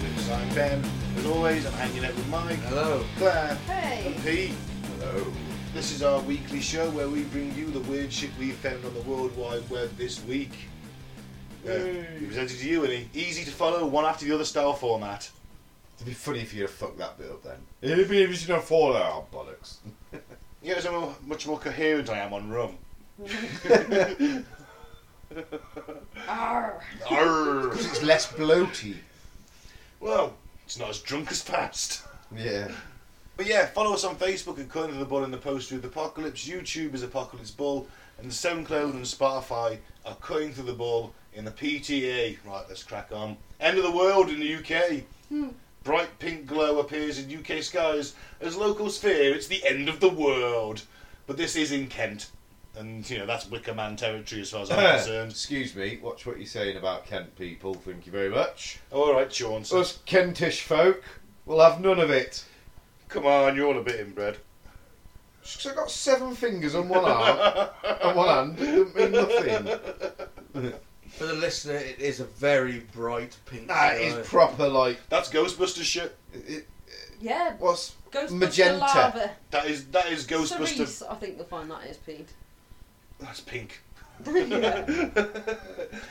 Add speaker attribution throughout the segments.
Speaker 1: FM. As always, I'm hanging out with Mike,
Speaker 2: Hello.
Speaker 1: Claire,
Speaker 3: Hey.
Speaker 1: and Pete.
Speaker 2: Hello.
Speaker 1: This is our weekly show where we bring you the weird shit we found on the World Wide Web this week. Uh,
Speaker 2: Yay.
Speaker 1: we presented to you in an easy to follow, one after the other style format.
Speaker 2: It'd be funny if you'd have fucked that bit up then. It'd be interesting to fall out, bollocks.
Speaker 1: You know how much more coherent I am on rum.
Speaker 3: Arr.
Speaker 1: Arrgh.
Speaker 2: It's less bloaty.
Speaker 1: well, it's not as drunk as past.
Speaker 2: Yeah.
Speaker 1: But yeah, follow us on Facebook at Cutting to the Bull and the Poster of the Apocalypse. YouTube is Apocalypse Bull, and SoundCloud and Spotify are Cutting Through the Bull in the PTA. Right, let's crack on. End of the world in the UK. Bright pink glow appears in UK skies as locals fear it's the end of the world. But this is in Kent, and you know that's Wicker Man territory as far as I'm concerned.
Speaker 2: Uh, Excuse me, watch what you're saying about Kent people, thank you very much.
Speaker 1: All right, Sean. so-
Speaker 2: Us Kentish folk will have none of it.
Speaker 1: Come on, you're all a bit inbred.
Speaker 2: Because I've got seven fingers on one arm, on one hand, it doesn't mean nothing.
Speaker 4: For the listener, it is a very bright pink.
Speaker 2: That
Speaker 4: sky.
Speaker 2: is proper like,
Speaker 1: That's Ghostbusters shit.
Speaker 2: it,
Speaker 3: Yeah.
Speaker 2: what's
Speaker 3: Ghostbuster
Speaker 2: Magenta.
Speaker 3: Lava.
Speaker 1: That is that is Ghostbuster.
Speaker 3: Cerise, I think you'll find that is Pete.
Speaker 1: That's pink.
Speaker 3: yeah.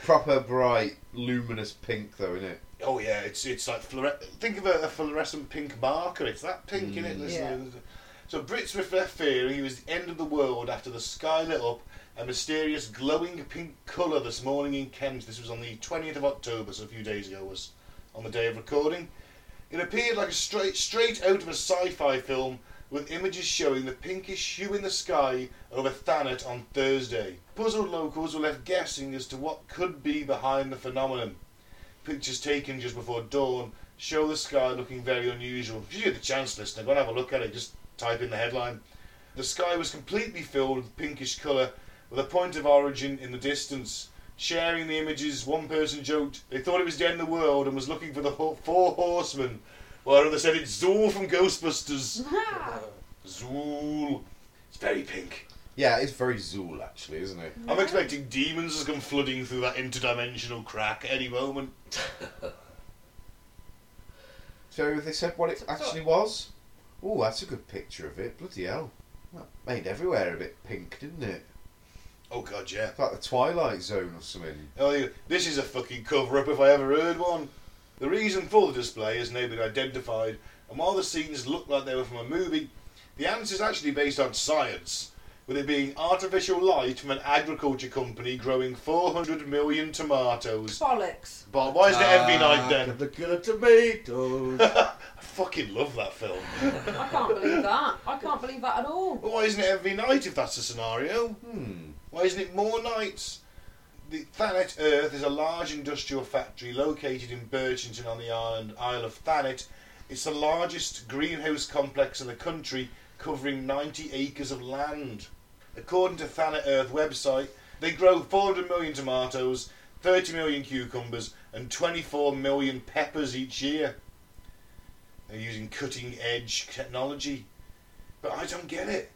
Speaker 2: proper bright, luminous pink though, isn't it?
Speaker 1: Oh yeah, it's it's like fluore- think of a, a fluorescent pink marker. It's that pink in it.
Speaker 3: Yeah.
Speaker 1: So Brits with their fearing it was the end of the world after the sky lit up a mysterious glowing pink colour this morning in Kent. This was on the 20th of October, so a few days ago was on the day of recording. It appeared like a straight straight out of a sci-fi film with images showing the pinkish hue in the sky over Thanet on Thursday. Puzzled locals were left guessing as to what could be behind the phenomenon pictures taken just before dawn show the sky looking very unusual. If you get the chance, listener, go and have a look at it. Just type in the headline. The sky was completely filled with pinkish colour, with a point of origin in the distance. Sharing the images, one person joked they thought it was the end of the world and was looking for the ho- four horsemen, while another said it's Zool from Ghostbusters. Zool. It's very pink.
Speaker 2: Yeah, it's very Zool actually, isn't it?
Speaker 1: I'm expecting demons to come flooding through that interdimensional crack at any moment.
Speaker 2: So they said what it
Speaker 3: So- so-
Speaker 2: actually was. Oh, that's a good picture of it. Bloody hell. That made everywhere a bit pink, didn't it?
Speaker 1: Oh god, yeah.
Speaker 2: It's like the Twilight Zone or something.
Speaker 1: Oh, you- this is a fucking cover up if I ever heard one. The reason for the display has now been identified, and while the scenes look like they were from a movie, the answer is actually based on science, with it being artificial light from an agriculture company growing 400 million tomatoes.
Speaker 3: Bollocks.
Speaker 1: But why is it every night
Speaker 4: Ah,
Speaker 1: then?
Speaker 4: The killer tomatoes.
Speaker 1: I fucking love that film.
Speaker 3: I can't believe that. I can't believe that at all.
Speaker 1: But why isn't it every night if that's the scenario?
Speaker 2: Hmm.
Speaker 1: Why isn't it more nights? The Thanet Earth is a large industrial factory located in Birchington on the island Isle of Thanet. It's the largest greenhouse complex in the country, covering 90 acres of land. According to Thanet Earth website, they grow 400 million tomatoes, 30 million cucumbers, and 24 million peppers each year. They're using cutting edge technology. But I don't get it.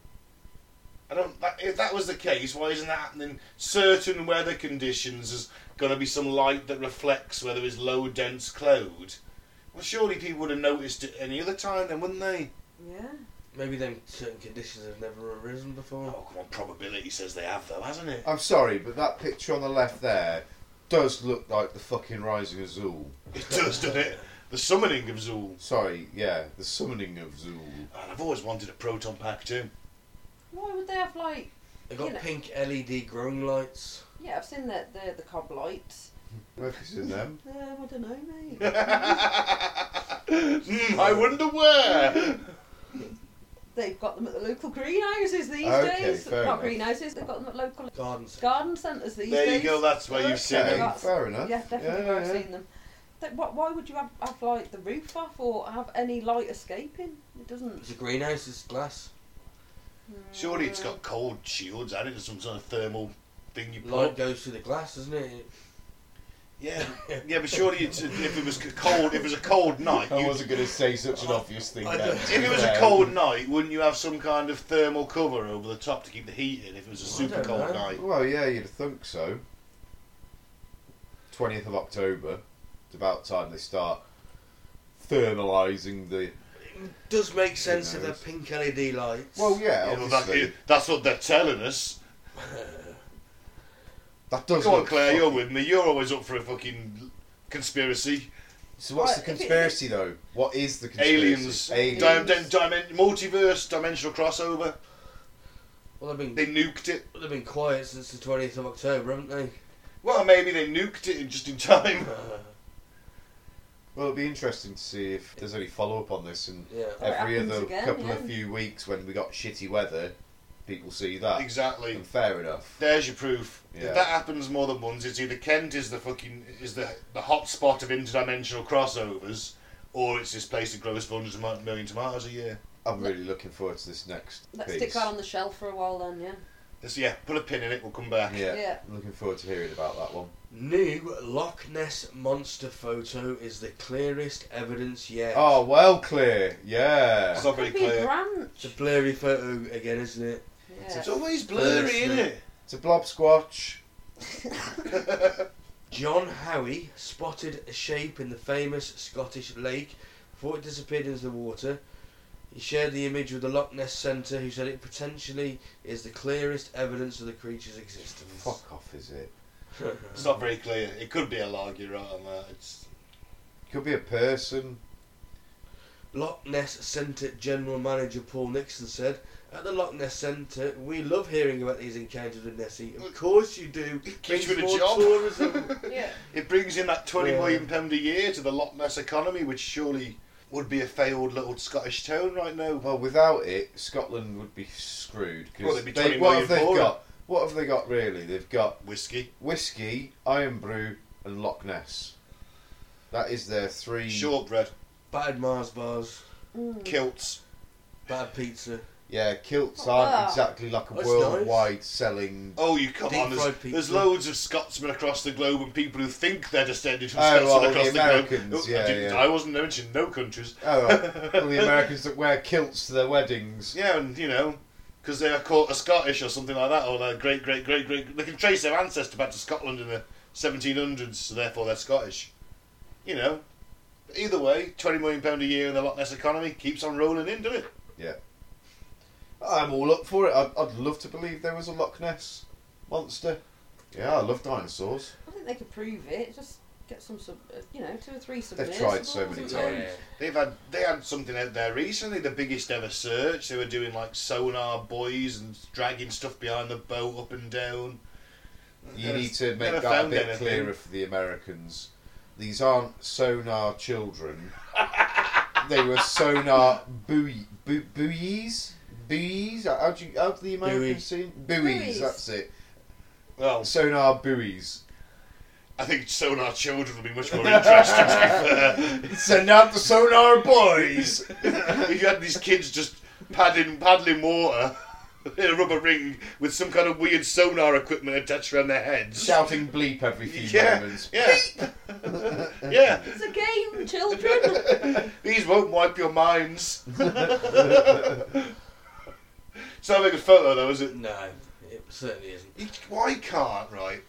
Speaker 1: I don't. That, if that was the case, why isn't that happening? Certain weather conditions there's going to be some light that reflects where there is low dense cloud. Well, surely people would have noticed it any other time, then wouldn't they?
Speaker 3: Yeah.
Speaker 4: Maybe them certain conditions have never arisen before.
Speaker 1: Oh come on, probability says they have though, hasn't it?
Speaker 2: I'm sorry, but that picture on the left there does look like the fucking Rising of Zool.
Speaker 1: It does, doesn't it? The summoning of Zool.
Speaker 2: Sorry, yeah, the summoning of Zool.
Speaker 1: And I've always wanted a proton pack too.
Speaker 3: Why would they have like?
Speaker 4: They've
Speaker 3: You
Speaker 4: got
Speaker 3: know.
Speaker 4: pink LED growing lights.
Speaker 3: Yeah, I've seen the the, the cob lights.
Speaker 2: Focus in them.
Speaker 3: Um, I don't know, mate.
Speaker 1: Hmm, I wonder where.
Speaker 3: They've got them at the local greenhouses these
Speaker 2: Okay,
Speaker 3: days.
Speaker 2: fair
Speaker 3: Not
Speaker 2: enough.
Speaker 3: greenhouses. They've got them at local
Speaker 4: Gardens.
Speaker 3: garden centres these
Speaker 1: There you
Speaker 3: days.
Speaker 1: go. That's where you've seen
Speaker 2: Okay,
Speaker 1: it.
Speaker 3: Yeah.
Speaker 2: fair enough.
Speaker 3: Yeah, definitely
Speaker 2: Yeah,
Speaker 3: where I've
Speaker 2: yeah.
Speaker 3: seen them. That, why, why would you have, have like the roof off or have any light escaping? It doesn't.
Speaker 4: It's a greenhouse. It's glass.
Speaker 1: Surely it's got cold shields. I think there's some sort of thermal thing you put
Speaker 4: Light
Speaker 1: up.
Speaker 4: goes through the glass, doesn't it?
Speaker 1: Yeah, yeah, but surely it's, if it was c- cold, if it was a cold night,
Speaker 2: I
Speaker 1: you'd-
Speaker 2: wasn't going to say such an obvious thing
Speaker 4: I
Speaker 2: there.
Speaker 4: don't-
Speaker 1: if it was a cold night, wouldn't you have some kind of thermal cover over the top to keep the heat in? If it was a
Speaker 4: I
Speaker 1: super
Speaker 4: don't
Speaker 1: cold
Speaker 4: know.
Speaker 1: night,
Speaker 2: Well, yeah, you'd think so. 20th of October. It's about time they start thermalising the.
Speaker 4: It does make sense if they're
Speaker 2: knows?
Speaker 4: pink LED lights.
Speaker 2: Well, yeah,
Speaker 1: Yeah, well, that-
Speaker 2: obviously.
Speaker 1: that's what they're telling us.
Speaker 2: that does.
Speaker 1: Come on,
Speaker 2: look
Speaker 1: Claire, you're
Speaker 2: fucking-
Speaker 1: with me. You're always up for a fucking conspiracy.
Speaker 2: So what's the
Speaker 3: Right, if it-
Speaker 2: conspiracy though? What is the conspiracy?
Speaker 1: Aliens.
Speaker 2: Aliens.
Speaker 1: Dim- dim- dimen- multiverse, dimensional crossover.
Speaker 4: Well, they've
Speaker 1: They
Speaker 4: been
Speaker 1: nuked it.
Speaker 4: they've been quiet since the twentieth of October, haven't they? Uh,
Speaker 1: Well, maybe they nuked it just in time.
Speaker 2: Well, it'll be interesting to see if there's any follow up on this, and
Speaker 4: yeah.
Speaker 3: Well, it
Speaker 2: every
Speaker 3: happens
Speaker 2: other
Speaker 3: again,
Speaker 2: couple of
Speaker 3: yeah.
Speaker 2: few weeks when we got shitty weather, people see that.
Speaker 1: Exactly.
Speaker 2: And fair enough.
Speaker 1: There's your proof.
Speaker 2: Yeah.
Speaker 1: If that happens more than once, it's either Kent is the fucking is the the hot spot of interdimensional crossovers, or it's this place that grows 400 million tomatoes a year.
Speaker 2: I'm really looking forward to this next
Speaker 3: Let's
Speaker 2: piece.
Speaker 3: stick that on the shelf for a while then, yeah.
Speaker 1: This, yeah, put a pin in it. We'll come back.
Speaker 2: yeah,
Speaker 3: Yeah.
Speaker 2: I'm looking forward to hearing about that one.
Speaker 4: New Loch Ness monster photo is the clearest evidence yet.
Speaker 2: Oh well, clear. Yeah.
Speaker 1: It's not very
Speaker 3: Could be
Speaker 1: clear.
Speaker 4: It's a
Speaker 3: branch.
Speaker 4: blurry photo again, isn't it?
Speaker 1: It's
Speaker 3: Yeah.
Speaker 1: always blurry,
Speaker 4: Blurry,
Speaker 1: isn't it?
Speaker 2: It's a blob squatch.
Speaker 4: John Howie spotted a shape in the famous Scottish lake before it disappeared into the water. He shared the image with the Loch Ness Centre, who said it potentially is the clearest evidence of the creature's existence.
Speaker 2: Fuck off, is it?
Speaker 1: It's not very clear. It could be a log. You're right on that. It's
Speaker 2: Could be a person.
Speaker 4: Loch Ness Centre General Manager Paul Nixon said, At the Loch Ness Centre, we love hearing about these encounters with Nessie. Of course you do.
Speaker 1: gives
Speaker 4: Brings
Speaker 1: you
Speaker 4: more
Speaker 1: a job.
Speaker 4: tourism."
Speaker 3: Yeah.
Speaker 1: It brings in that twenty
Speaker 4: Yeah.
Speaker 1: million pound a year to the Loch Ness economy, which surely would be a failed little Scottish town right now.
Speaker 2: Well, without it, Scotland would be screwed. 'cause
Speaker 1: Well, they'd be
Speaker 2: they-
Speaker 1: 20
Speaker 2: what
Speaker 1: million
Speaker 2: have they
Speaker 1: poorer.
Speaker 2: got? What have they got really? They've got
Speaker 1: Whiskey,
Speaker 2: whiskey, Iron Brew, and Loch Ness. That is their three.
Speaker 1: Mm. shortbread,
Speaker 4: Battered Mars bars,
Speaker 3: Mm.
Speaker 1: kilts.
Speaker 4: battered pizza.
Speaker 2: Yeah, kilts
Speaker 3: Oh,
Speaker 2: aren't
Speaker 3: wow.
Speaker 2: exactly like a
Speaker 4: That's
Speaker 2: worldwide selling.
Speaker 1: Oh, you come
Speaker 4: Deep
Speaker 1: on! There's,
Speaker 4: fried pizza.
Speaker 1: there's loads of Scotsmen across the globe and people who think they're descended from
Speaker 2: Oh,
Speaker 1: Scotsmen
Speaker 2: well, the
Speaker 1: across the,
Speaker 2: Americans,
Speaker 1: globe. Oh,
Speaker 2: yeah,
Speaker 1: I, didn't-
Speaker 2: yeah.
Speaker 1: I wasn't mentioning no countries.
Speaker 2: Oh, right. well, the Americans that wear kilts to their weddings.
Speaker 1: Yeah, and you know, because they are caught a Scottish or something like that, or their great, great, great, great. They can trace their ancestor back to Scotland in the 1700s, so therefore they're Scottish. You know, But either way, 20 million pound a year in the Loch Ness economy keeps on rolling in, doesn't it?
Speaker 2: I'm all up for it. I'd, I'd love to believe there was a Loch Ness monster. Yeah, I love dinosaurs.
Speaker 3: I think they could prove it. Just get some, sub, uh, you know, two or three
Speaker 2: tried
Speaker 3: submersibles.
Speaker 2: so many
Speaker 3: and-
Speaker 2: times.
Speaker 1: They've had they had something out there recently, the biggest ever search. They were doing like sonar buoys and dragging stuff behind the boat up and down.
Speaker 2: You
Speaker 1: Never-
Speaker 2: need to make
Speaker 1: never
Speaker 2: that a
Speaker 1: found
Speaker 2: bit
Speaker 1: anything.
Speaker 2: clearer for the Americans. These aren't sonar children. they were sonar buoy, bu- buoys, buoys. How do you? How do the Americans see it? buoys?
Speaker 3: Buoys.
Speaker 2: That's it.
Speaker 1: Well,
Speaker 2: Sonar buoys.
Speaker 1: I think sonar children would be much more interested. to be fair.
Speaker 2: Send out the sonar boys.
Speaker 1: if you had these kids just paddling paddling water in a rubber ring with some kind of weird sonar equipment attached around their heads.
Speaker 2: Shouting bleep every few
Speaker 1: Yeah,
Speaker 2: moments.
Speaker 1: yeah, yeah.
Speaker 3: It's a game, children.
Speaker 1: These won't wipe your minds. It's not a very good photo, though, is it?
Speaker 4: No, it certainly isn't.
Speaker 1: You- Why can't right?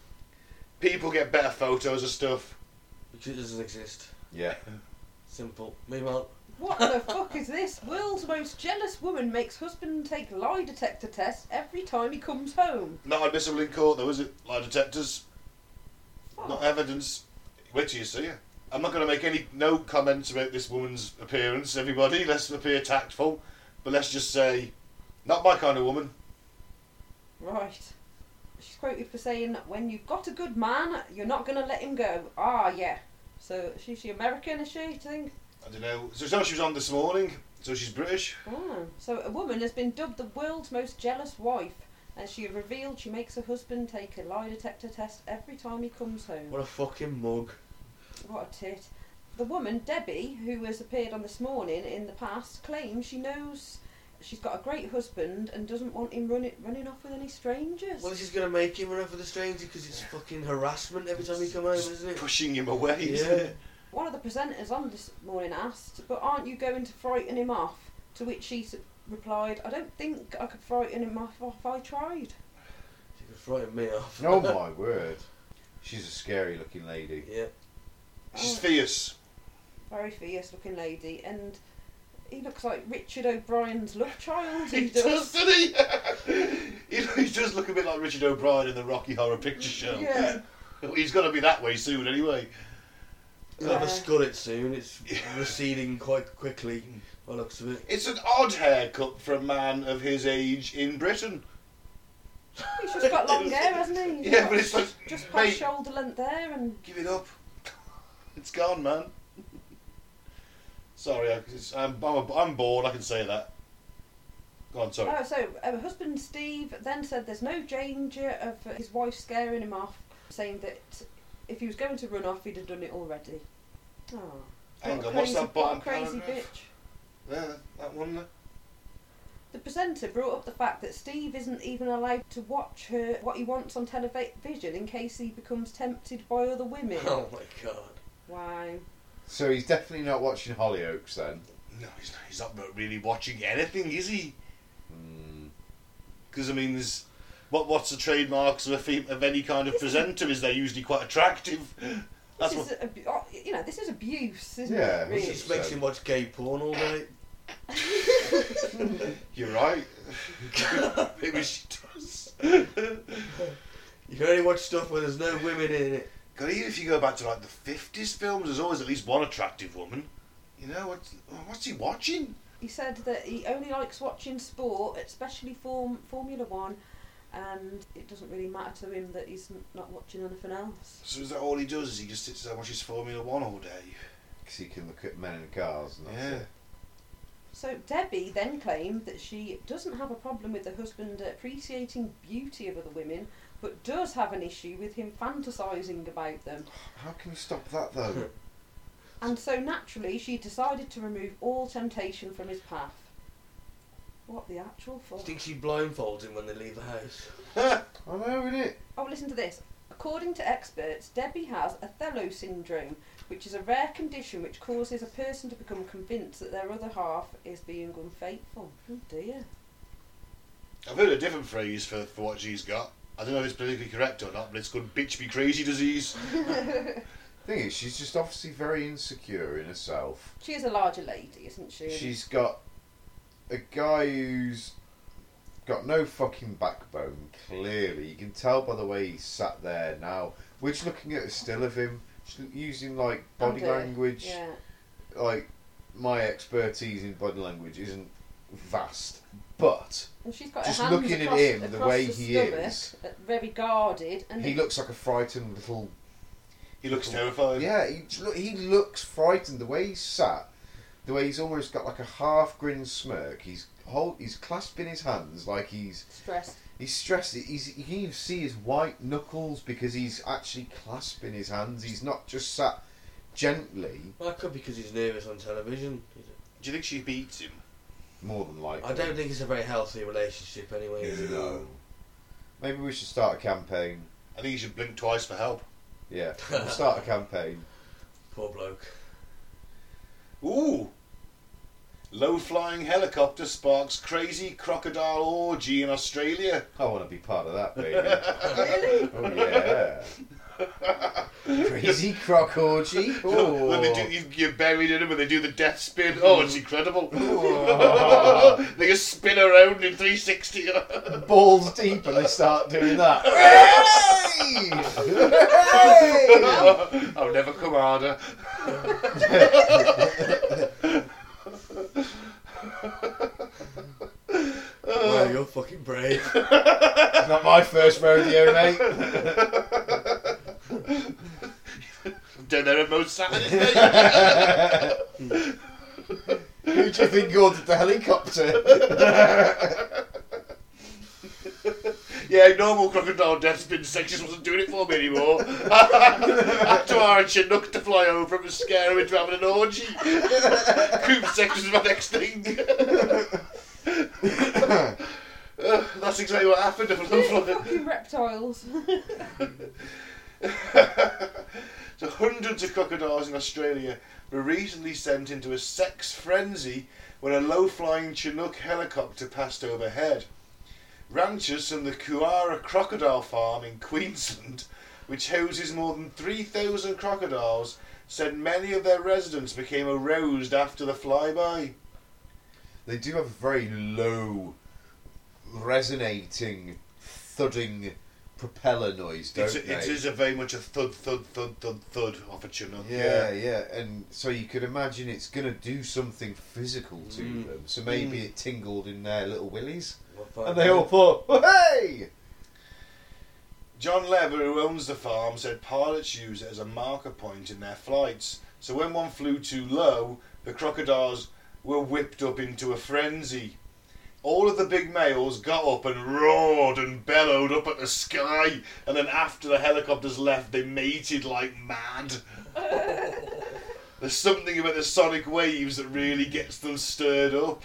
Speaker 1: People get better photos of stuff.
Speaker 4: Because it doesn't exist.
Speaker 2: Yeah.
Speaker 4: Simple. Move on.
Speaker 3: what the fuck is this? World's most jealous woman makes husband take lie detector test every time he comes home.
Speaker 1: Not admissible in court, though, is it? Lie detectors,
Speaker 3: Oh,
Speaker 1: not e- evidence. Wait till you see her. I'm not going to make any no comments about this woman's appearance. Everybody, let's appear tactful, but let's just say, not my kind of woman.
Speaker 3: Right. She's quoted for saying, "When you've got a good man, you're not gonna let him go." Ah, yeah. So she's she American, is she? Do you think?
Speaker 1: I don't know. So, so she was on this morning. So she's British.
Speaker 3: Oh, so a woman has been dubbed the world's most jealous wife, and she revealed she makes her husband take a lie detector test every time he comes home.
Speaker 4: What a fucking mug.
Speaker 3: What a tit. The woman, Debbie, who has appeared on this morning in the past, claims she knows she's got a great husband and doesn't want him running, running off with any strangers.
Speaker 4: Well, this is going to make him run off with a stranger because it's fucking harassment every time he comes home, isn't it?
Speaker 1: Pushing him away. isn't
Speaker 4: Yeah.
Speaker 1: it?
Speaker 3: One of the presenters on this morning asked, But aren't you going to frighten him off? To which she s- replied, I don't think I could frighten him off if I tried.
Speaker 4: She could frighten me off.
Speaker 2: Oh my word. She's a scary looking lady.
Speaker 4: Yeah.
Speaker 1: She's fierce.
Speaker 3: very fierce looking lady, and he looks like Richard O'Brien's love child.
Speaker 1: He does, doesn't he? he? He does look a bit like Richard O'Brien in the Rocky Horror Picture Show.
Speaker 3: Yeah.
Speaker 1: He's got to be that way soon anyway.
Speaker 4: You'll have a
Speaker 3: Yeah.
Speaker 4: skullet soon. It's
Speaker 1: Yeah.
Speaker 4: receding quite quickly. By the looks of it.
Speaker 1: It's an odd haircut for a man of his age in Britain.
Speaker 3: He's just got long hair, hasn't he? He's
Speaker 1: Yeah,
Speaker 3: got
Speaker 1: but it's like,
Speaker 3: just past
Speaker 1: mate,
Speaker 3: shoulder length there, and
Speaker 1: give it up. It's gone, man. sorry, I, it's, I'm, I'm, I'm bored. I can say that. Go on, sorry.
Speaker 3: oh, so uh, husband Steve then said there's no danger of uh, his wife scaring him off, saying that if he was going to run off, he'd have done it already. Oh,
Speaker 1: Hang
Speaker 3: what a
Speaker 1: on, what's
Speaker 3: crazy-
Speaker 1: that bottom
Speaker 3: what a crazy
Speaker 1: paragraph?
Speaker 3: bitch.
Speaker 1: Yeah, that one. there.
Speaker 3: The presenter brought up the fact that Steve isn't even allowed to watch her what he wants on television in case he becomes tempted by other women.
Speaker 4: Oh my god.
Speaker 3: Wow.
Speaker 2: So he's definitely not watching Hollyoaks then.
Speaker 1: No, he's not, he's not really watching anything, is he? Hmm.
Speaker 2: Mm.
Speaker 1: Because I mean, there's, what what's the trademarks of a fem- of any kind of
Speaker 3: This is-
Speaker 1: presenter? Is they're usually quite attractive. That's
Speaker 3: this
Speaker 1: what.
Speaker 3: is abu- oh, you know, this is abuse, isn't
Speaker 2: Yeah,
Speaker 3: it?
Speaker 4: It
Speaker 2: Really?
Speaker 4: just makes him watch gay porn all day.
Speaker 1: You're right. Maybe she does.
Speaker 4: You can only watch stuff where there's no women in it.
Speaker 1: God, even if you go back to like the fifties films, there's always at least one attractive woman. You know what's what's he watching?
Speaker 3: He said that he only likes watching sport, especially form, Formula One, and it doesn't really matter to him that he's n- not watching anything else.
Speaker 1: So is that all he does? Is he just sits there and watches Formula One all day?
Speaker 2: Because he can look at men in cars and that's
Speaker 1: Yeah.
Speaker 2: it.
Speaker 3: So Debbie then claimed that she doesn't have a problem with her husband appreciating beauty of other women, but does have an issue with him fantasising about them.
Speaker 2: How can you stop that though?
Speaker 3: And so naturally, she decided to remove all temptation from his path. What the actual
Speaker 4: I
Speaker 3: fuck?
Speaker 4: think she blindfolds him when they leave the house.
Speaker 2: I know, innit?
Speaker 3: Oh, listen to this. According to experts, Debbie has Othello syndrome, which is a rare condition which causes a person to become convinced that their other half is being unfaithful. Oh dear.
Speaker 1: I've heard a different phrase for, for what she's got. I don't know if it's politically correct or not, but it's called bitch be crazy disease.
Speaker 2: Thing is, she's just obviously very insecure in herself.
Speaker 3: She is a larger lady, isn't she?
Speaker 2: She's got a guy who's got no fucking backbone, clearly. You can tell by the way he's sat there now. Which, looking at a still of him, just using like
Speaker 3: And,
Speaker 2: body
Speaker 3: uh,
Speaker 2: language,
Speaker 3: Yeah.
Speaker 2: like my expertise in body language isn't vast, but
Speaker 3: And she's got
Speaker 2: Just
Speaker 3: her hands
Speaker 2: looking at
Speaker 3: across,
Speaker 2: him, the
Speaker 3: across
Speaker 2: way
Speaker 3: the
Speaker 2: he
Speaker 3: stomach,
Speaker 2: is.
Speaker 3: uh, very guarded, and
Speaker 2: he looks like a frightened little
Speaker 1: He looks terrified.
Speaker 2: Yeah, he, j- look, he looks frightened. The way he's sat, the way he's almost got like a half grin smirk. He's hold, he's clasping his hands like he's
Speaker 3: stressed.
Speaker 2: he's stressed. He's you can even see his white knuckles because he's actually clasping his hands. He's not just sat gently.
Speaker 4: Well, that could be because he's nervous on television.
Speaker 1: Do you think she beats him?
Speaker 2: More than likely,
Speaker 4: I don't think it's a very healthy relationship anyway. is it?
Speaker 2: No. Maybe we should start a campaign.
Speaker 1: I think he should blink twice for help.
Speaker 2: Yeah, we'll start a campaign.
Speaker 4: Poor bloke.
Speaker 1: Ooh! Low flying helicopter sparks crazy crocodile orgy in Australia.
Speaker 2: I want to be part of that, baby. oh yeah. Crazy croc orgy.
Speaker 1: When they
Speaker 2: Oh.
Speaker 1: do, you, you're buried in them and they do the death spin. Oh, it's incredible.
Speaker 2: Ooh.
Speaker 1: they just spin around in 360.
Speaker 2: balls deep and they start doing that. Hey!
Speaker 1: I'll Oh, never come harder.
Speaker 2: Uh.
Speaker 4: Wow, you're fucking brave.
Speaker 2: Not my first rodeo, mate.
Speaker 1: Down there in Mo Saturday. mate.
Speaker 2: Who do you think ordered the helicopter?
Speaker 1: yeah, normal crocodile death spin sections wasn't doing it for me anymore. After our Chinook to fly over him and scare him into having an orgy. Coop sections is my next thing. Uh, that's exactly what happened.
Speaker 3: Fucking reptiles.
Speaker 1: so hundreds of crocodiles in Australia were recently sent into a sex frenzy when a low-flying Chinook helicopter passed overhead. Ranchers from the Kuara Crocodile Farm in Queensland which houses more than 3,000 crocodiles, said many of their residents became aroused after the flyby.
Speaker 2: They do have a very low, resonating, thudding propeller noise, don't
Speaker 1: It's a,
Speaker 2: they?
Speaker 1: it is a very much a thud, thud, thud, thud, thud off a chinook.
Speaker 2: yeah, yeah, and so you could imagine it's going to do something physical to
Speaker 4: Mm.
Speaker 2: them. So maybe
Speaker 1: Mm.
Speaker 2: it tingled in their little willies,
Speaker 4: We'll find
Speaker 2: and they
Speaker 4: out.
Speaker 2: all thought, "Hey!"
Speaker 1: John Lever, who owns the farm, said pilots use it as a marker point in their flights. So when one flew too low, the crocodiles were whipped up into a frenzy. All of the big males got up and roared and bellowed up at the sky, and then after the helicopters left, they mated like mad. There's something about the sonic waves that really gets them stirred up.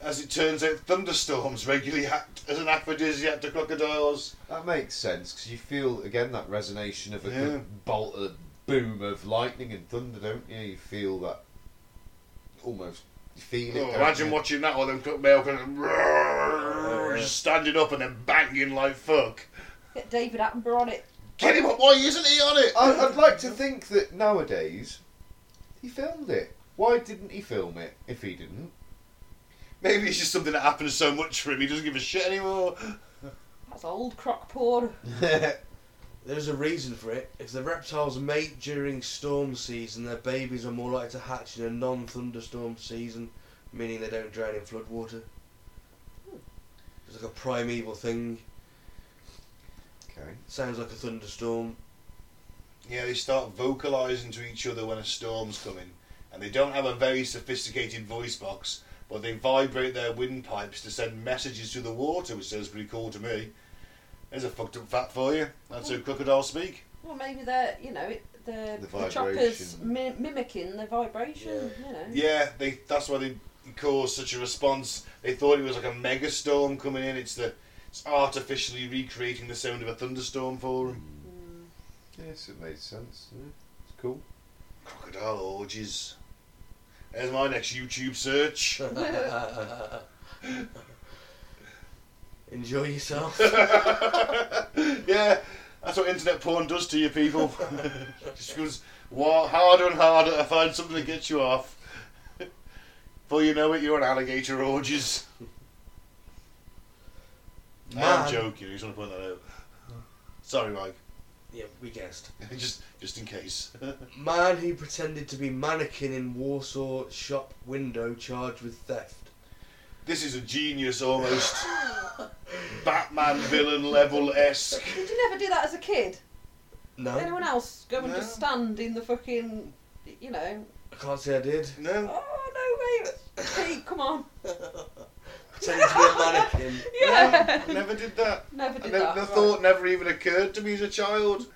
Speaker 1: As it turns out, thunderstorms regularly act as an aphrodisiac to crocodiles.
Speaker 2: That makes sense because you feel again that resonation of a
Speaker 1: Yeah.
Speaker 2: good bolt, a boom of lightning and thunder, don't you? You feel that almost. You feel it.
Speaker 1: Oh,
Speaker 2: don't
Speaker 1: imagine
Speaker 2: you?
Speaker 1: watching that all them cook male kind just standing up and then banging like fuck.
Speaker 3: Get David Attenborough on it.
Speaker 1: Get him up, why isn't he on it?
Speaker 2: I, I'd like to think that nowadays he filmed it. Why didn't he film it if he didn't?
Speaker 1: Maybe it's just something that happens so much for him he doesn't give a shit anymore.
Speaker 3: That's old croc porn.
Speaker 4: There's a reason for it. If the reptiles mate during storm season, their babies are more likely to hatch in a non-thunderstorm season, meaning they don't drown in floodwater. It's like a primeval thing.
Speaker 2: okay.
Speaker 4: Sounds like a thunderstorm.
Speaker 1: Yeah, they start vocalising to each other when a storm's coming, and they don't have a very sophisticated voice box, but they vibrate their windpipes to send messages to the water, which sounds pretty cool to me. There's a fucked up fact for you. That's how crocodiles speak.
Speaker 3: Well, maybe they're, you know, it, the,
Speaker 2: The
Speaker 3: the, choppers
Speaker 2: vibration.
Speaker 3: mi- mimicking the vibration, you know.
Speaker 1: Yeah, they. That's why they caused such a response. They thought it was like a mega storm coming in. It's the it's artificially recreating the sound of a thunderstorm for them.
Speaker 3: Mm.
Speaker 2: Yes, it made sense. Yeah. It's cool.
Speaker 1: Crocodile orgies. There's my next YouTube search.
Speaker 4: Enjoy yourself.
Speaker 1: yeah, that's what internet porn does to you people. Just goes wa- harder and harder to find something that gets you off. Before you know it, you're on alligator orgies. I'm
Speaker 4: Man.
Speaker 1: joking. I just want to point that out. Sorry, Mike.
Speaker 4: Yeah, we guessed.
Speaker 1: just just in case.
Speaker 4: Man who pretended to be mannequin in Warsaw shop window charged with theft.
Speaker 1: this is a genius almost. Batman villain level esque.
Speaker 3: Did you never do that as a kid?
Speaker 4: No,
Speaker 3: Did anyone else go and
Speaker 1: No.
Speaker 3: just stand in the fucking, you know?
Speaker 4: I can't say I did.
Speaker 1: No.
Speaker 3: Oh no, mate! it's- Pete, come on.
Speaker 4: Pretending to be a mannequin.
Speaker 3: Yeah.
Speaker 1: No, never did that.
Speaker 3: Never
Speaker 1: I
Speaker 3: did
Speaker 1: never,
Speaker 3: that.
Speaker 1: the
Speaker 3: right.
Speaker 1: thought never even occurred to me as a child.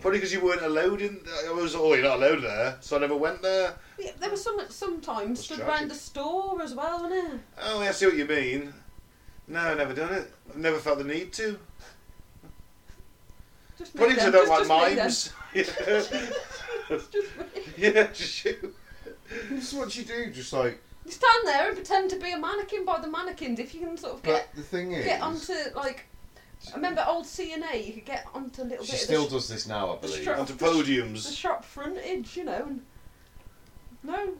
Speaker 1: Probably because you weren't allowed in. I was, oh, you're not allowed there, so I never went there.
Speaker 3: Yeah, there was some sometimes
Speaker 1: That's
Speaker 3: stood
Speaker 1: tragic.
Speaker 3: round the store as well, wasn't there?
Speaker 1: Oh, yeah, I see what you mean. No, I've never done it. I've never felt the need to.
Speaker 3: Just me
Speaker 1: Probably because I
Speaker 3: then,
Speaker 1: don't
Speaker 3: just-
Speaker 1: like
Speaker 3: just
Speaker 1: mimes. yeah,
Speaker 3: me then. Just me.
Speaker 1: just you.
Speaker 2: This is what you do, just like.
Speaker 3: You stand there and pretend to be a mannequin by the mannequins. If you can sort of get
Speaker 2: But the thing is,
Speaker 3: get onto like, I remember old CNA. You could get onto a little
Speaker 2: she
Speaker 3: bit
Speaker 2: still
Speaker 3: of the, sh-
Speaker 2: does this now, I
Speaker 3: the
Speaker 2: believe.
Speaker 3: strap-
Speaker 1: Onto
Speaker 3: the
Speaker 1: podiums.
Speaker 3: shop frontage, you know. And no,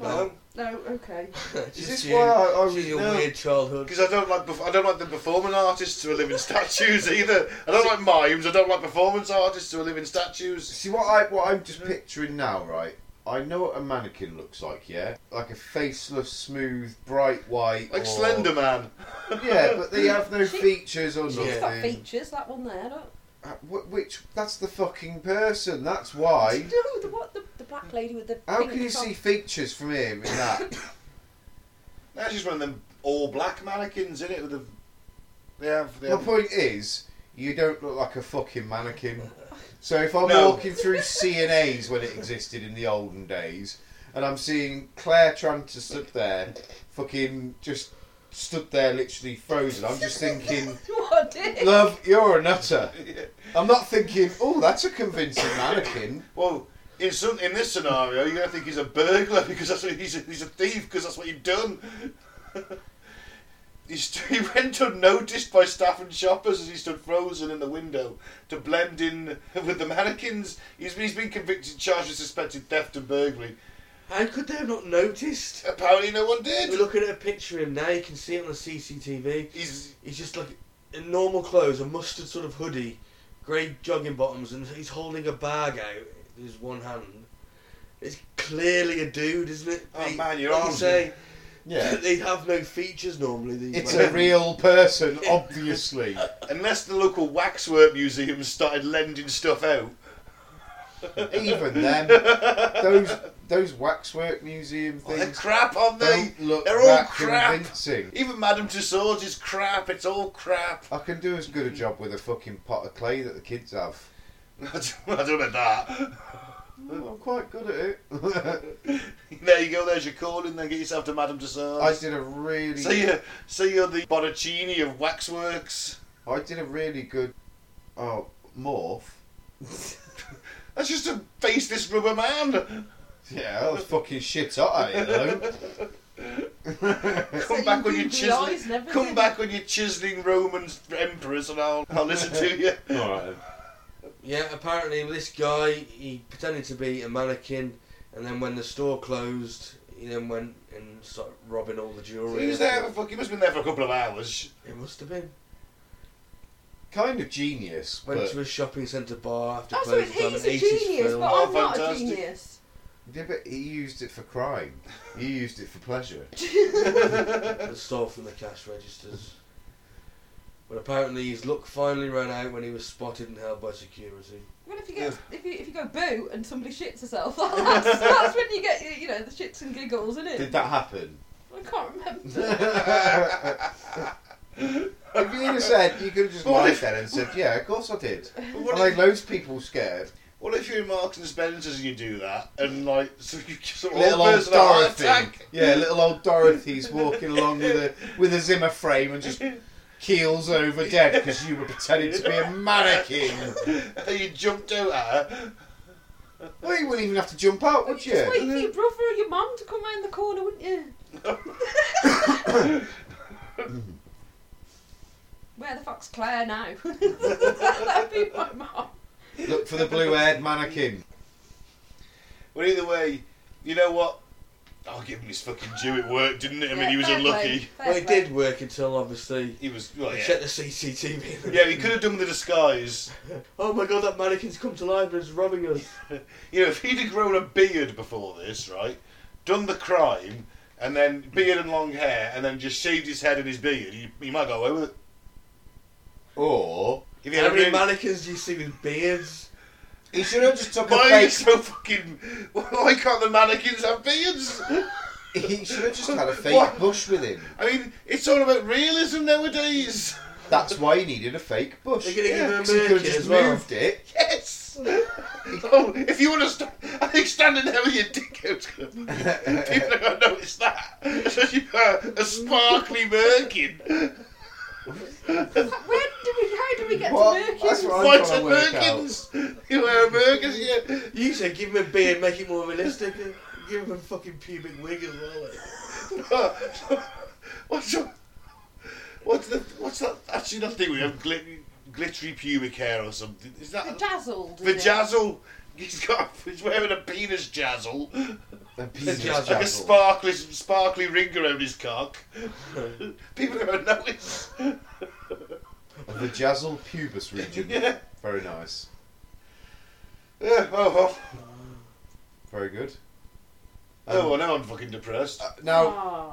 Speaker 4: No.
Speaker 3: no, okay.
Speaker 2: Is
Speaker 4: Just
Speaker 2: this
Speaker 4: you.
Speaker 2: why I, I
Speaker 4: She's
Speaker 2: was?
Speaker 4: your
Speaker 1: no.
Speaker 4: weird childhood.
Speaker 1: Because I don't like perf- I don't like the performing artists who are living statues either. I don't like mimes. I don't like performance artists who are living statues.
Speaker 2: See what I what I'm just picturing now, right? I know what a mannequin looks like, yeah, like a faceless, smooth, bright white,
Speaker 1: Like
Speaker 2: or-
Speaker 1: Slender Man.
Speaker 2: Oh. Yeah, but they have no
Speaker 3: She-
Speaker 2: features or
Speaker 3: She's
Speaker 2: nothing.
Speaker 3: got features. That one there. Look.
Speaker 2: Uh, wh- Which that's the fucking person. That's why.
Speaker 3: No, the what the, the black lady with the.
Speaker 2: How
Speaker 3: pink
Speaker 2: can you
Speaker 3: top.
Speaker 2: see features from him in that?
Speaker 1: That's just one of them all black mannequins in it with the. They have. They
Speaker 2: My
Speaker 1: have
Speaker 2: point is, you don't look like a fucking mannequin. So if I'm
Speaker 1: No.
Speaker 2: walking through CNAs when it existed in the olden days, and I'm seeing Claire Tranter stood there, fucking just stood there, literally frozen. I'm just thinking,
Speaker 3: What did?
Speaker 2: love, you're a nutter. I'm not thinking, oh, that's a convincing mannequin.
Speaker 1: well, in some in this scenario, you're gonna think he's a burglar because that's what he's a, he's a thief because that's what you've done. He, st- he went unnoticed by staff and shoppers as he stood frozen in the window to blend in with the mannequins. He's, he's been convicted, charged with suspected theft and burglary.
Speaker 4: How could they have not noticed?
Speaker 1: Apparently, no one
Speaker 4: We're
Speaker 1: did.
Speaker 4: looking at a picture of him now. You can see it on the CCTV.
Speaker 1: He's
Speaker 4: He's just like in normal clothes, a mustard sort of hoodie, grey jogging bottoms, and he's holding a bag out with his one hand. It's clearly a dude, isn't it?
Speaker 1: Oh,
Speaker 4: They-
Speaker 1: man, your
Speaker 4: like you
Speaker 1: arms
Speaker 4: say
Speaker 2: Yeah.
Speaker 4: they have no features normally. These
Speaker 2: It's
Speaker 4: men.
Speaker 2: a real person, obviously.
Speaker 1: unless the local waxwork museum started lending stuff out.
Speaker 2: Even then, those those waxwork museum
Speaker 1: Oh, they're
Speaker 2: things
Speaker 1: crap, aren't they?
Speaker 2: don't look
Speaker 1: they're all
Speaker 2: that
Speaker 1: crap.
Speaker 2: convincing.
Speaker 1: Even Madame Tussauds is crap. It's all crap.
Speaker 2: I can do as good a job with a fucking pot of clay that the kids have.
Speaker 1: I don't know about that.
Speaker 2: I'm quite good at it.
Speaker 1: There you go. There's your calling. Then get yourself to Madame Tussauds.
Speaker 2: I did a really,
Speaker 1: So you, so you're the Bottocini of waxworks.
Speaker 2: I did a really good, oh, morph.
Speaker 1: That's just a faceless rubber man.
Speaker 2: Yeah, I was fucking shit hot at it though.
Speaker 1: Come
Speaker 3: you
Speaker 1: back when you're
Speaker 3: googly eyes and
Speaker 1: chiseling.
Speaker 3: everything.
Speaker 1: Come back when you're chiseling Roman emperors, and I'll I'll listen to you.
Speaker 2: Alright.
Speaker 4: Yeah, apparently this guy he pretended to be a mannequin, and then when the store closed, he then went and started robbing all the jewelry.
Speaker 1: He was there for fuck. He must have been there for a couple of hours.
Speaker 4: It must have been.
Speaker 2: Kind of genius,
Speaker 4: Went
Speaker 2: but
Speaker 4: to a shopping centre bar after
Speaker 3: Oh, so
Speaker 4: closing time.
Speaker 3: he's
Speaker 4: an
Speaker 3: a
Speaker 4: 80s
Speaker 3: genius,
Speaker 4: film.
Speaker 3: but
Speaker 1: Oh,
Speaker 3: I'm not a
Speaker 1: fantastic.
Speaker 3: genius.
Speaker 2: yeah, but he used it for crime. He used it for pleasure.
Speaker 4: and stole from the cash registers. But apparently his luck finally ran out when he was spotted and held by security.
Speaker 3: Well, if you get if you if you go boo and somebody shits herself, that's, that's when you get you know the shits and giggles, isn't it?
Speaker 2: Did that happen?
Speaker 3: I can't remember.
Speaker 2: if you'd have said, you could have just
Speaker 1: Well,
Speaker 2: lied
Speaker 1: if-
Speaker 2: then and said, yeah, of course I did.
Speaker 1: But
Speaker 2: I
Speaker 1: What
Speaker 2: made
Speaker 1: if,
Speaker 2: loads of people scared.
Speaker 1: what if you're in Marks and Spencers and you do that, and like so you sort of
Speaker 2: Little
Speaker 1: all
Speaker 2: old
Speaker 1: person a heart
Speaker 2: Dorothy.
Speaker 1: attack?
Speaker 2: Yeah, little old Dorothy's walking along with a with a Zimmer frame and just keels over dead because you were pretending to be a mannequin.
Speaker 1: you jumped out at her.
Speaker 2: Well, you wouldn't even have to jump out, would
Speaker 3: Would you just
Speaker 2: you?
Speaker 3: wait for your brother or your mum to come round the corner, wouldn't you? Where the fuck's Claire now? That'd be my mum.
Speaker 2: Look for the blue-haired mannequin.
Speaker 1: Well, either way, you know what? I'll give him his fucking due. It worked, didn't it? I mean,
Speaker 3: Yeah,
Speaker 1: he was
Speaker 3: fair play,
Speaker 1: unlucky.
Speaker 3: fair
Speaker 4: Well, it
Speaker 3: play.
Speaker 4: did work until obviously
Speaker 1: He was. Well,
Speaker 4: they
Speaker 1: Oh, yeah.
Speaker 4: checked the CCTV.
Speaker 1: yeah, he could have done the disguise.
Speaker 4: Oh my god, that mannequin's come to life and it's robbing us.
Speaker 1: You know, if he'd have grown a beard before this, right? Done the crime, and then beard and long hair, and then just shaved his head and his beard, he, he might go away with it.
Speaker 2: Or
Speaker 1: If he
Speaker 4: How
Speaker 1: had
Speaker 4: many
Speaker 1: really-
Speaker 4: mannequins do you see with beards?
Speaker 2: he should have just took a
Speaker 1: Why are you
Speaker 2: fake.
Speaker 1: so fucking? Why can't the mannequins have beards?
Speaker 2: He should have just had a
Speaker 1: What?
Speaker 2: fake bush with him.
Speaker 1: I mean, it's all about realism nowadays.
Speaker 2: That's why he needed a fake bush.
Speaker 4: They're gonna give him a
Speaker 2: 'Cause he could have
Speaker 4: merkin
Speaker 2: just
Speaker 4: as well.
Speaker 2: moved it.
Speaker 1: Yes. oh, if you want to, st- I think standing there with your dick out, people are going to notice that. So you've got uh, a sparkly merkin.
Speaker 3: Where do we? How do we get
Speaker 2: What?
Speaker 3: to
Speaker 2: That's
Speaker 3: Merkin?
Speaker 2: what I'm
Speaker 1: What's a
Speaker 2: trying to work
Speaker 1: merkins? You wear a merkin, yeah.
Speaker 4: You said give him a beard, make it more realistic. and Give him a fucking pubic wig as well. like.
Speaker 1: What's a, what's the what's that? Actually, that thing we have glit, glittery pubic hair or something. Is that
Speaker 3: Bedazzled.
Speaker 1: the
Speaker 3: is it?
Speaker 1: jazzle? He's got. He's wearing a penis jazzle,
Speaker 2: And penis
Speaker 4: Jazzle.
Speaker 1: like a
Speaker 2: jazzle.
Speaker 1: sparkly, sparkly ring around his cock. People are going to notice.
Speaker 2: Of the jazzle pubis region.
Speaker 1: Yeah.
Speaker 2: Very nice.
Speaker 1: Yeah, oh, well.
Speaker 2: Very good.
Speaker 1: oh, well, now I'm fucking depressed.
Speaker 2: Um, Uh, now,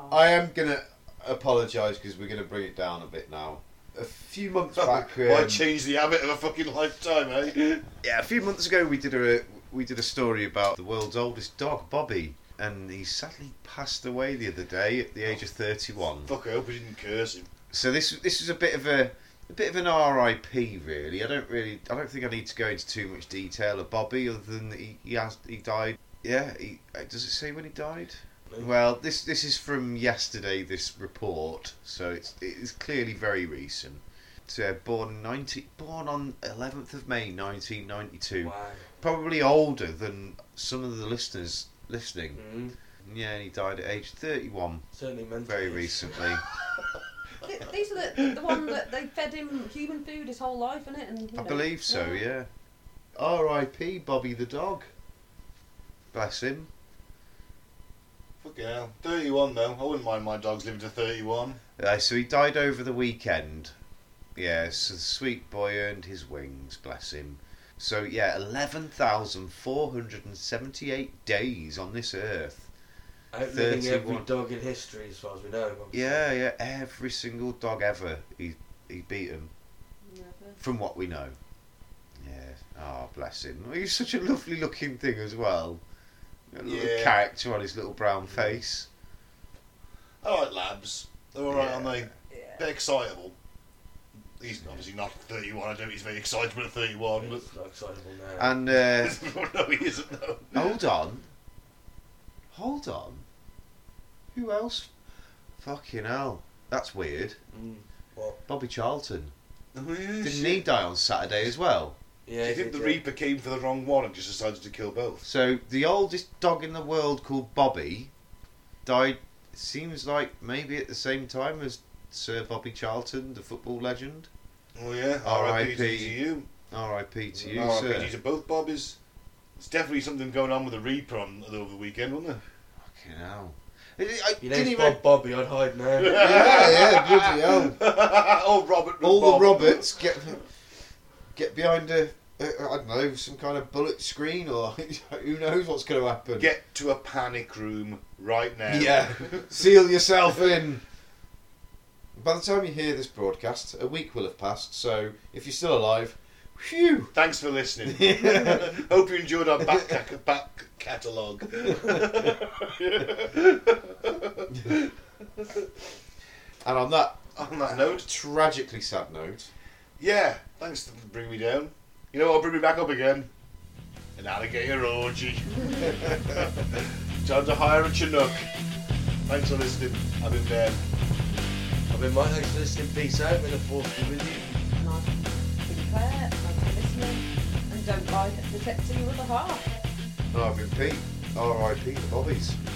Speaker 3: Ah.
Speaker 2: I am gonna apologise because we're gonna bring it down a bit now. A few months
Speaker 1: Why
Speaker 2: back, um,
Speaker 1: change the habit of a fucking lifetime, eh?
Speaker 2: yeah, a few months ago, we did a we did a story about the world's oldest dog, Bobby, and he sadly passed away the other day at the age of thirty-one.
Speaker 1: Fuck, I hope we didn't curse him.
Speaker 2: So this this is a bit of a a bit of an RIP, really. I don't really, I don't think I need to go into too much detail of Bobby, other than that he, he has he died. Yeah, he, uh, does it say when he died?
Speaker 4: No.
Speaker 2: Well, this this is from yesterday. This report, so it's it is clearly very recent. So uh, born ninety, born on eleventh of May, nineteen ninety two.
Speaker 4: Wow.
Speaker 2: Probably older than some of the listeners listening.
Speaker 4: Mm.
Speaker 2: Yeah, and he died at age thirty one,
Speaker 4: Certainly meant
Speaker 2: very
Speaker 4: it.
Speaker 2: recently.
Speaker 3: Th- These are the, the one that they fed him human food his whole life, innit? And you
Speaker 2: I
Speaker 3: know,
Speaker 2: believe so, yeah. R.I.P. Bobby the dog. Bless him.
Speaker 1: Fucking hell. 31 though. I wouldn't mind my dogs living to 31.
Speaker 2: Uh, so he died over the weekend. Yeah, so the sweet boy earned his wings, bless him. So yeah, 11,478 days on this earth.
Speaker 4: Outliving every
Speaker 2: 31.
Speaker 4: dog in history, as far as we know. obviously.
Speaker 2: Yeah, yeah, every single dog ever he he beat him
Speaker 3: never.
Speaker 2: from what we know. Yeah. Oh, bless him. Well, He's such a lovely looking thing as well. A little
Speaker 1: Yeah.
Speaker 2: character on his little brown face.
Speaker 1: Alright, labs. They're alright, aren't they?
Speaker 3: Yeah.
Speaker 1: They're excitable. He's obviously not 31. I don't think he's very excitable at 31. But
Speaker 4: It's not excitable now.
Speaker 2: And uh,
Speaker 1: no, he isn't, though.
Speaker 2: Hold on. Hold on. Who else? Fucking hell. That's weird.
Speaker 4: Mm.
Speaker 2: Bobby Charlton.
Speaker 1: Oh, yeah,
Speaker 2: Didn't
Speaker 1: shit.
Speaker 2: he die on Saturday as well?
Speaker 1: Do
Speaker 4: Yeah,
Speaker 1: you think the
Speaker 4: yeah.
Speaker 1: Reaper came for the wrong one and just decided to kill both?
Speaker 2: So the oldest dog in the world called Bobby died seems like maybe at the same time as Sir Bobby Charlton, the football legend.
Speaker 1: Oh, yeah.
Speaker 2: R.I.P.
Speaker 1: to you.
Speaker 2: R.I.P. to you,
Speaker 1: R.I.P.
Speaker 2: sir.
Speaker 1: to both Bobbies. There's definitely something going on with the Reaper on, over the weekend, wasn't there?
Speaker 2: Fucking hell. I, I
Speaker 4: Your
Speaker 2: didn't
Speaker 4: name's
Speaker 2: even...
Speaker 4: Bob Bobby, I'd hide now.
Speaker 2: Yeah, yeah, bloody hell.
Speaker 1: oh, Robert.
Speaker 2: all
Speaker 1: Bob.
Speaker 2: the Roberts get get behind a, a I don't know some kind of bullet screen or who knows what's going to happen.
Speaker 1: Get to a panic room right now.
Speaker 2: yeah, seal yourself in. By the time you hear this broadcast, a week will have passed. So if you're still alive, phew.
Speaker 1: Thanks for listening. Hope you enjoyed our back, ca- back catalogue.
Speaker 2: And on that
Speaker 1: On that note,
Speaker 2: tragically sad note,
Speaker 1: yeah, thanks for bringing me down. You know what'll bring me back up again? An alligator orgy. Time to hire a Chinook. Thanks for listening. I've been Ben.
Speaker 4: I've been Mike, thanks for listening. Peace out. May the force be with you.
Speaker 3: And I've been Claire, and I've been listening, and don't lie, detecting with a heart.
Speaker 2: and I've been Pete. R.I.P. the Bobbies.